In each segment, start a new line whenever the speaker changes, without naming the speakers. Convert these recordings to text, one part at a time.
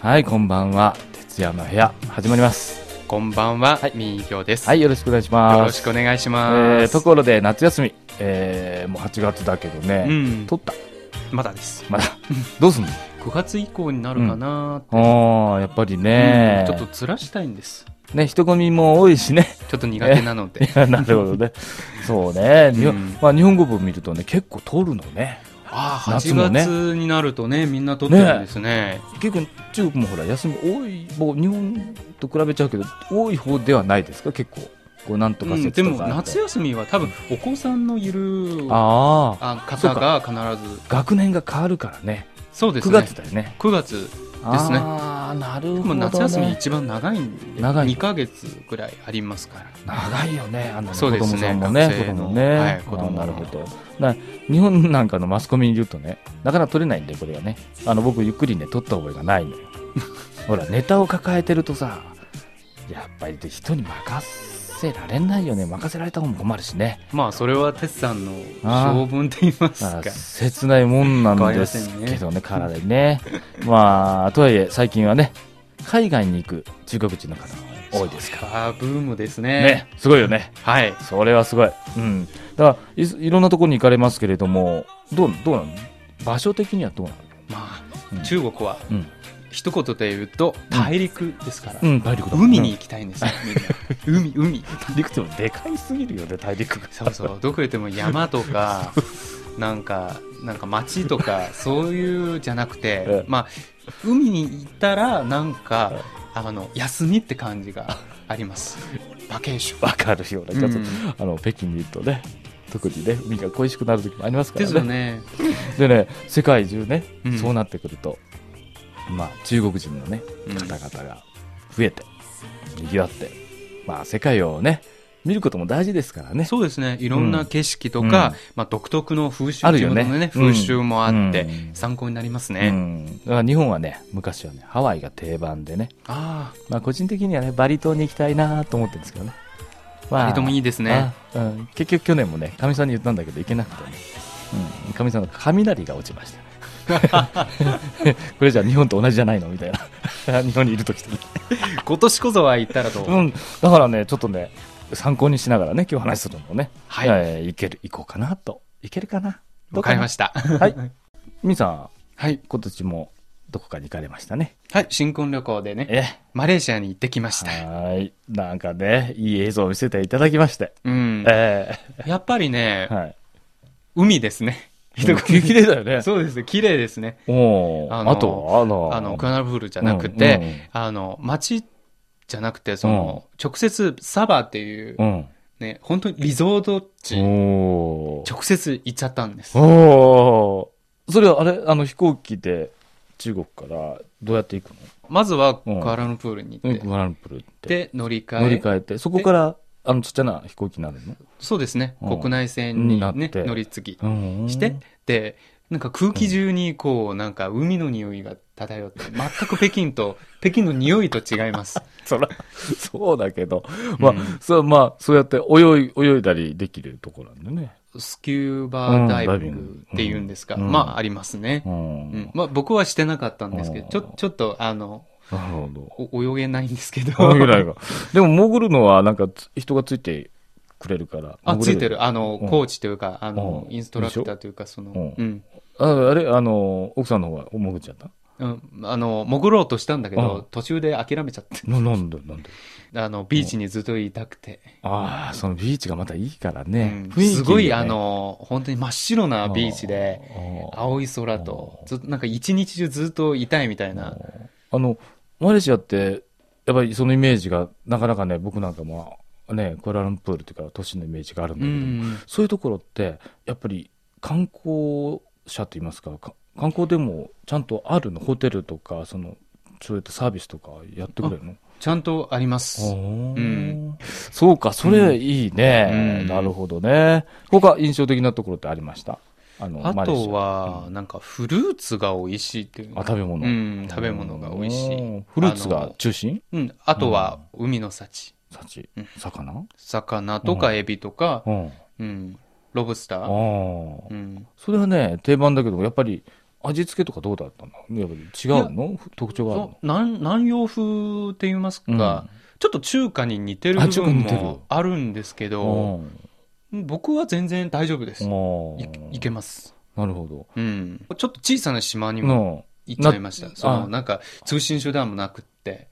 はい、こんばんは。徹夜の部屋、始まります。
こんばんは、
はい
みーぎょうです、
はい、よろしくお願いします。
よろしくお願いします。
えーところで、夏休み、えーもう8月だけど
う
ね、
ん、
取った
まだです。
まだ。 どうすんの
9月以降になるかなーって、
ああ、やっぱりね、
うんちょっとずらしたいんです。
ね、人混みも多いしね。
ちょっと苦手なので。
なるほどね。そうね。日本
うん
まあ、日本語文見るとね、結構取るのね。
ああ、
夏
8
もね
月になるとね、みんな撮ってるんですね。
結構、中国もほら、休み多い、もう日本と比べちゃうけど、多い方ではないですか、結構。こう、なんと
う
か
ん、で
節と
も
かあって。
夏休みは多分お子さんのいる
ああ、
あ方が必ず
学年が変わるからね。
そうです
9
ね
月だよね。
9月ですね
ああ、なるほど、ね。
でも夏休み一番長いんで
長い
2か月ぐらいありますから
長いよね、あのね
そうですね
子供さんもね、
学
子
生の
供ね、
はい子供
あなるほど。な日本なんかのマスコミに言うとね、なかなか取れないんだよ、これがね。あの僕、ゆっくりね、取った覚えがないの よ。ほら、ネタを抱えてるとさ、やっぱり人に任せられないよね、任せられた方も困るしね。
まあそれは哲さんの
あー
性分と言います
まあ
か
切ないもんなんですけどね、体にね。まあ、とはいえ、最近はね、海外に行く中国人の方も多いですか
あーブームです
ら。
ね
ね、すごいよね。
はい
それはすごい。うん。だからい、いろんなところに行かれますけれども、どう、どうなの場所的にはどうなの
ま
うん
あ中国は
うん。
一言で言うと大陸ですから、
うん、大陸だ。
海に
うん
行きたいんですよ、みんな海海
大陸ってもでかいすぎるよね、大陸が。
そうそうどこ行っても山と かなんかなんか町とかそういうじゃなくて、
ええ
まあ海に行ったらなんかあの休みって感じがあります バケーション
わかるような気がする。
うん
あの、北京にいるとね、特にね、海が恋しくなる時もありますか
で
ら
すよ
ね。
ね
でね、世界中ね、
うん
そうなってくると、まあ、中国人のね、
うん
方々が増えて、賑わって、まあ、世界をね、見ることも大事ですからね。
そうですねいろんな景色とか、
うん
まあ、独特の風習
あるよね
自分のね
うん
風習もあって、
うん
参考になります
う
ね、
ん、だから日本はね昔はねハワイが定番でね、
あ
まあ、個人的にはねバリ島に行きたいなと思ってるんですけどね、ま
ああれともいい
で
ですね、
うん、結局去年もねかみさんに言ったんだけど行けなくてねうんかみ、さんの雷が落ちました これじゃあ日本と同じじゃないのみたいな 日本にいる時とね、
今年こそは行ったらと、
うん、だからねちょっとね参考にしながらね今日話するのもね、
はい
えー行ける行こうかなと行けるかな
わかりま
し
した
たはいみーさん
はい、
今年もどこかに行かれましたね
はい、新婚旅行でね
え
マレーシアに行ってきました、
はい。なんかね、いい映像を見せていただきまして。
うん、
え
やっぱりね、
えはい。
海ですね。
でも綺麗だよね。
そうです、綺麗ですね。
おお。
あの
あとは、あの、
あの、クアナルフールじゃなくて、
うんうん
あの、町じゃなくて、その、直接サバっていう、
うん。
ね、本当にリゾート地、
おー
直接行っちゃったんです。
おーそれはあれ、あの飛行機で中国からどうやって行く
まずは、
うん
クアラルンプールに行
の
って、
クアラルンプールって。
で、乗り換え。
乗り換えて、そこから、あの、ちっちゃな飛行機になるの
そうですね、
うん
国内線に
になっ
ね、
て
乗り継ぎ
うんうん
して、で、なんか空気中にこう、なんか海の匂いが漂って、全く北京 と、北京の匂いと違います。
そら、 そうだけど、まあ、
うん
そう、まあ、そうやって泳い、泳いだりできるところなんだよね。
スキューバーダイビン
うん
グっていうんですか。
うん
まあ、ありますね
う。。
うんん。まあ、僕はしてなかったんですけど、ちょ、ちょっと、あの、
なるほど。
お泳げないんですけど。
ぐらいが。でも、潜るのは、なんかつ、人がついてくれるから。
あ、つい
潜
て
れ
る。あの、
うん
コーチというか、あの、
うん
インストラクターというか、その、
う
うんん。
ああれ、あの、奥さんの方は潜っちゃった
うんあの、潜ろうとしたんだけ
うん
ど、途中で諦めちゃって、
ななんで、なんで。
あの、ビーチにずっといたくて。
ああ、そのビーチがまたいいから
う
ね。雰
ん
囲気
すごい、
ね
あ、の、本当に真っ白なビーチで、
あ
青い空と、ずっと、なんか一日中ずっといたいみたい
あ
な。
あの、マレーシアって、やっぱりそのイメージが、なかなかね、僕なんかも、ね、クアラルンプールというか、都市のイメージがあるん
う
だけど、
ん。
そういうところって、やっぱり観光者といいますか、か観光でもちゃんとあるの、ホテルとか、そのそういったサービスとかやってくれるの
ちゃんとあります。
う
うん
そうか、それいいね、
うん
なるほどね。他、印象的なところってありましたあの
あ
マレーシ
とは、なんかフルーツが美味しいっていう
アあ、食べ物。
うん、食べ物が美味しい。
うん。フルーツ
あ
が
の
中心
うん、あとは海の幸。
幸
うん、
魚
魚とかエビとか、
うん。あ
うん、ロブスタ
あ
ー。
ー。
うん、
それはね、定番だけど、やっぱり味付けとかどうだったのやっぱり違うの特徴があるの
そうなん南洋風って言いますか、ちょっと中華に似てる
あ
部
中華
分
に似てる
もあるんですけ
う
ど、
ん
僕は全然大丈夫です。
うん
いいけます。
なるほど。
うん。ちょっと小さな島にも
の
行っちゃいました。そ
あ
の、なんか、通信手段もなくって。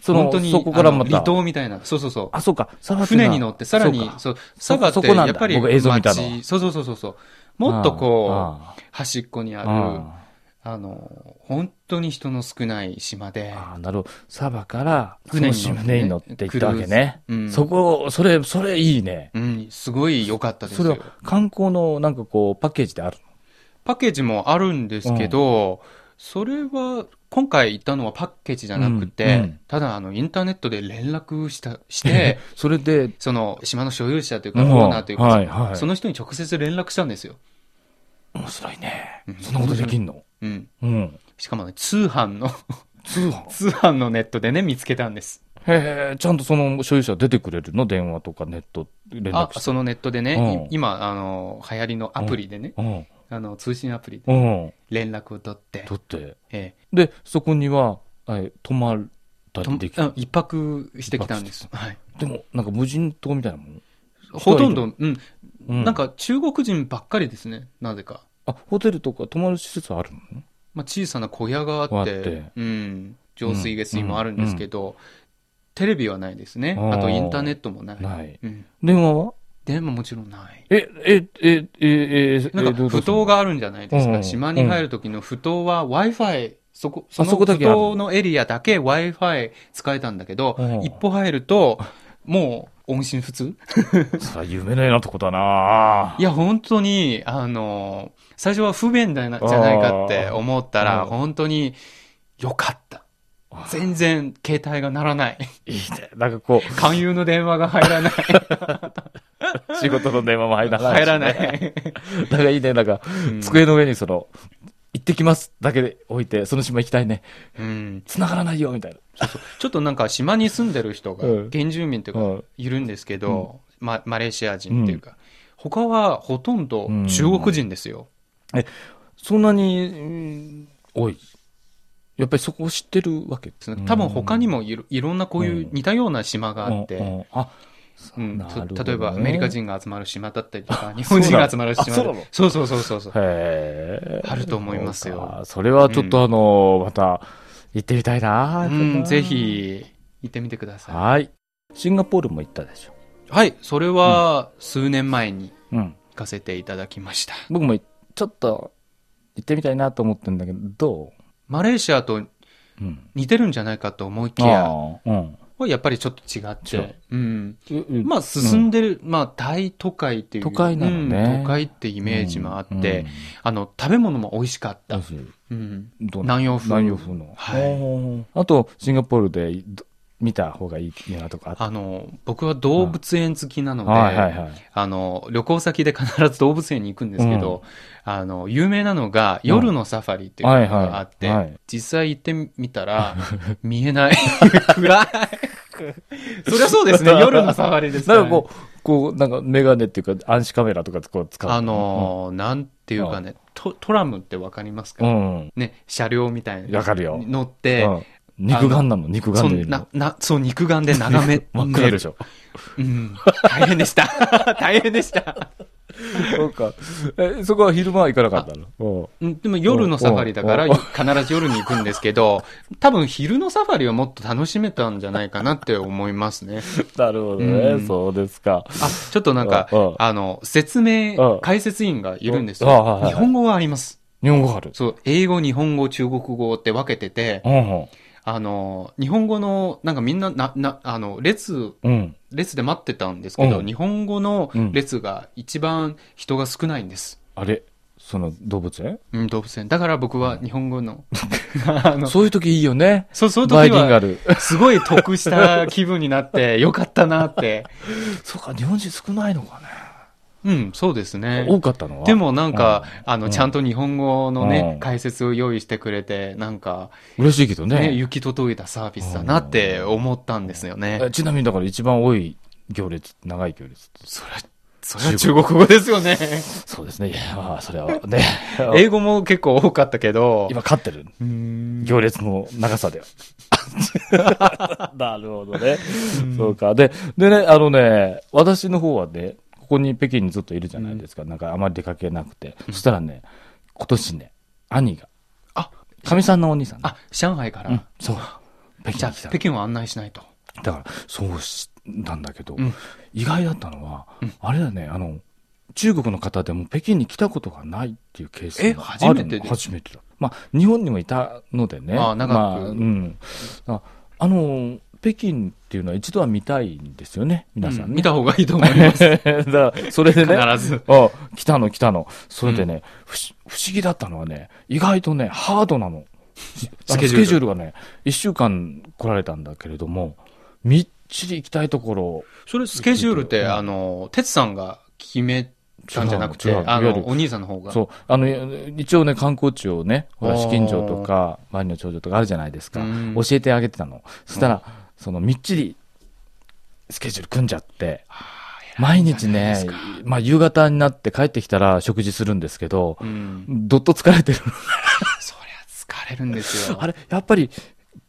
その
本当に、
そこからま
あの
た。
離島みたいな。そうそうそう。
あ、そうか。さら
船に乗って、さらに、そう、
そう
佐賀
か
って、
そこな
や
んだ
っぱり、
僕映像見たの
街そうそうそうそうそう。もっとこ
あ
う、端っこにあ
あ
る、あ
あ
の、本当に人の少ない島で、
ああなるほど。サバから
船に乗って
その船に乗って行ったわけね。
うん。
そこ、それ、それいいね。
うん、すごい良かったです
それ
よ
は。観光のなんかこう、パッケージである
パッケージもあるんですけど、それは、今回行ったのはパッケージじゃなくて、
うんうん
ただ、あの、インターネットで連絡した、し
の。、
て
それで、
その、島の所有者というか、
う
オ
ん
ーナーというか、
はいはい。
その人に直接連絡したんですよ。
面白いね
うん。
そんなことできんの
うん。
うん。
しかもね、通販の、
通販
通販のネットでね、見つけたんです。
へえ、ちゃんとその所有者出てくれるの電話とかネット連
あ
絡して。
そのネットでね、
うん
い今、あの、流行りのアプリでね、
うん。
あの、通信アプリで
うん。
連絡を取って、
取って。
え
で、そこには、え泊まった
え
りでき
とうん一泊してきたんです。はい。
でも、なんか無人島みたいなもん。
ほとんど、うん、
うん
なんか中国人ばっかりですね、なぜか。
あ、ホテルとか泊まる施設はあるの
まあ、小さな小屋があって、
あって
うん、浄水下水もあるんですけど、テレビはないですね。
あー
あとインターネットもない。
ない。
うん、
電話は
電話もちろんない。
え、え、え、え、え、え、
なん
ど
か、
うぞ
不当。があるんじゃないです
うんう
か。
ん
島に入る時の不当は Wi-Fi、そこ、そ
あ
の
そこ
不
だけある
当のエリアだけ Wi-Fi 使えたんだけど
うん、
一歩入ると、もう音信不通
そりゃ夢のようなとこだない
や、本当に、あの、最初は不便だな、じゃないかって思った
あ
ら、
ー
本当に良かった
あ。ー
全然携帯が鳴らない。
いいね。なんかこ
勧誘の電話が 入らない。
う、仕事の電話も入らない。
入らな。い。
なんかいいね。なんか、
うん
机の上にその、行ってきますだけで置いて、その島行きたいね。
うん
繋がらないよ、みたいな。
ちょっとなんか島に住んでる人が
うん、
原住民というか、
うん
いるんですけど、ま、マレーシア人っていうか、他はほとんど中国人ですよ。
そんなに、うん多い。やっぱりそこを知ってるわけです
多分他に
も
もいろいろんなこういう似たような島があって、
うんうんあ、
うん
なるほどね
例えばアメリカ人が集まる島だったりとか、日本人が集まる島
そうなのあ
そうそうそうそうそう。
へえ。
あると思いますよ
そうか。それはちょっとあの、また、行ってみたいな、
うん、ぜ。ひ行ってみてくださ
はい。シンガポールも行ったでしょ。
い。はい、それは数年前に
うん。
行かせていただきました。
僕もちょっと、行ってみたいなと思ってんだけど、ど
マレーシアと
ううん。
似てるんじゃないかと思いきや、
ああうん。
はやっぱりちょっと違っ
違う
て、うん、
うん
まあ進んでる、まあ大都会っていう。
都会なのね
うん都会ってイメージもあって、
うん
あの、食べ物も美味しかっ
だ
た。
し
うん。
どうな
南洋風。
南洋風の。
はい
い。あと、シンガポールでど見た方がいいなとかあった。
あの、僕は動物園好きなので、
はいはいはい。
あの、旅行先で必ず動物園に行くんですけど、あの、有名なのが夜のサファリっていうの
うんはいはい
があって、
はい
実際行ってみ たら、見えない。暗い。そりゃそうですね、夜のサファリです
な
ら
んかこう、こう、なんかメガネっていうか、暗視カメラとかこう使う。
あのーなんていうかね、トトラムってわかります
う
か、
ん、うん。
ね、車両みたいな。
わかるよ
に乗って、
うん肉眼なの、肉眼
そ
で見
ん
る
な
の。
なそう、肉眼で眺 め、
真っ暗でし
ょ。
ょ。
うん。大変でした。 大変でした。
そうか。え、そこは昼間は行かなかったのうん
うんでも夜のサファリだから
おうお
必ず夜に行くんですけど、多分昼のサファリはもっと楽しめたんじゃないかなって思いますね。
なるほど
う
ね。
ん
そうですか。
あ、ちょっとなんか
おうおう、
あの、説
お
明
う、
解説員がいるんです
おうはい
よ
は。い
日本語があります。
日本語ある。
そう、英語、日本語、中国語って分けてて、
うん
あの、日本語の、なんかみんな、な、な、あの、列、
うん。うん。
列で待ってたんですけど、
うん
日本語の
うん
列が一番人が少ないんです。
あれその動物園
うん、動物園。だから僕は日本 語の、あの、
そういう時いいよね。
そう、そういう時は
バイリンガ ル。
すごい得した気分になって、よかったなって。
そうか、日本人少ないのか
うん、そうです
ね。
ね。
多かったのは
で、もなんか、あ
う
の、
ん
ちゃんと日本語のね、
うん
解説を用意してくれて、なんか、
嬉しいけど
ね、
ね。
行き届いたサービスだなって思ったんですよね。
えちなみにだから一番多い行列、長い行列って。
それ、それは中国語ですよね。。
そうですね。いや、まあ、それはね
英語も結構多かったけど。
今、勝ってる。
うーん
行列の長さでは。 なるほどね。
うん
そうか。で、でね、あのね、私の方はね、ここに北京にずっといるじゃないですか。なんかあまり出かけなくて。そしたらね、今年ね、兄が、
あ、
かみさんのお兄さんね、
あ、上海から。
うん、そう。北
じ
京
ゃあ
に来たの
北京を案内しないと。
だから、そうしたんだけど、
うん
意外だったのは、
うん
あれだね、あの、中国の方でも北京に来たことがないっていうケース
え
が
初
あ
め
る
てで
の初めてだ。まあ、日本にもいたのでね。
ああ長く
まあ、うん。だからあの、北京っていうのは一度は見たいんですよね、皆さん
う ん
ね。
見た方がいいと思います。
だからそれでね、あ
必ず。
来たの来たの。それでね、不思不思議だったのはね、意外とね、ハード なの。あのスケ
ケジ
ジ
ュ
ュー
ール
ルがね、1週間来られたんだけれども、みっちり行きたいところ、
それスケジュールっ
う
て、
ん
あの、哲さんが決めたんじゃなく
違
て、
う違う
あ
いわゆ
の、
る
お兄さんの方が。
そう、あの、一応ね、観光地をね、ほ
あ
ら、
ー
紫禁城とか、万里の長城とかあるじゃないですか。
うん
教えてあげてたの。そしたら、その、みっちり、スケジュール組んじゃって、毎日ね、まあ、夕方になって帰ってきたら食事するんですけど、
うん。
どっと疲れてる。
そりゃ疲れるんですよ。
あれ、やっぱり、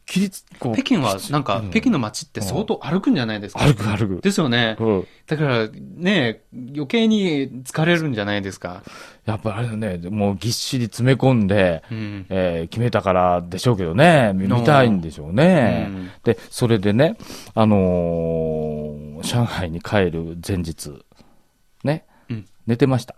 切りつ、こう、
北京は、なんか
う、ん
北京の街って相当歩くんじゃないですか。
歩く歩く。
ですよね。
うん
だから、ね、余計に疲れるんじゃないですか。
やっぱあれだね、もうぎっしり詰め込んで、
うん。
えー決めたからでしょうけどね、見見たいんでしょうね。
うん
で、それでね、あのー上海に帰る前日、ね、
うん
寝てました。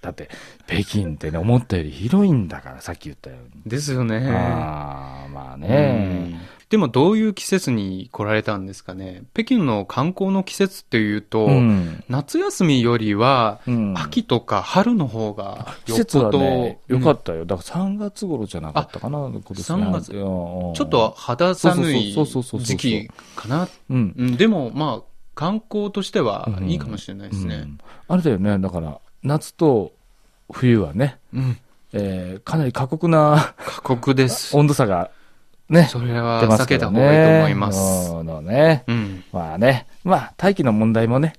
だって、北京ってね、思ったより広いんだから、さっき言ったように。
ですよね。
ああ、まあ
う
ね。
んでも、どういう季節に来られたんですかね。北京の観光の季節っていうと、
ん。
夏休みよりは、
うん
秋とか春の方が
季節はね、
よ
よ
っぽど
かったよ。だから3月頃じゃなかったかな、今年ね
3月
うんうん
ちょっと肌寒い
そうそうそうそうそうそう
時期かな。
うん。
うんでも、まあ、観光としてはいいかもしれないです
う
ね。
んあれだよね、だから、夏と冬はね、
うん。
えーかなり過酷 な
過酷です。
温度差がね、
それ
出
は
ま
避
す
け
け
た
ど
方
ね
がいいと思います。
うんのね。
うん。
まあね、まあ、大気の問題もね、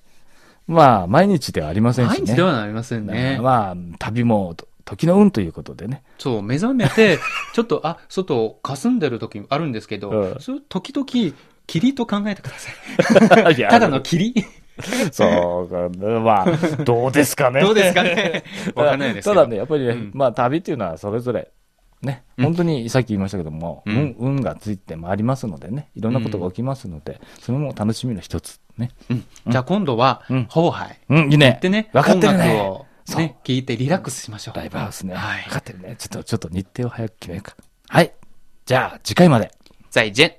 まあ、毎日ではありませんし
毎
ね。
日ではなりませんね。
まあ、旅もと時の運ということで ね。
そう、目覚めて、 ちょっと、あ、外、霞んでる時あるんですけ
う
ど、
ん
そういう時々、霧と考えてください。
いや
ただの霧
そうか、まあ、どうです かね。
どうですかねわかんないですけ
た
ど。
だね、やっぱりね、
うん
まあ旅っていうのはそれぞれ、ね、
うん
本当にさっき言いましたけども、
う
うんん、運がついて回りますのでね、いろんなことが起きますので、それも楽しみの一つ。ね。
うんじゃあ今度は
うん、
ホーハイ。
うん、いいね。
でね、
分かってる
音楽
ね。
をね、聞いてリラックスしましょう。
ライブハウスね。
はい
分かってるね。ちょっと、ちょっと日程を早く決めようか。はい。じゃあ、次回まで。
再见。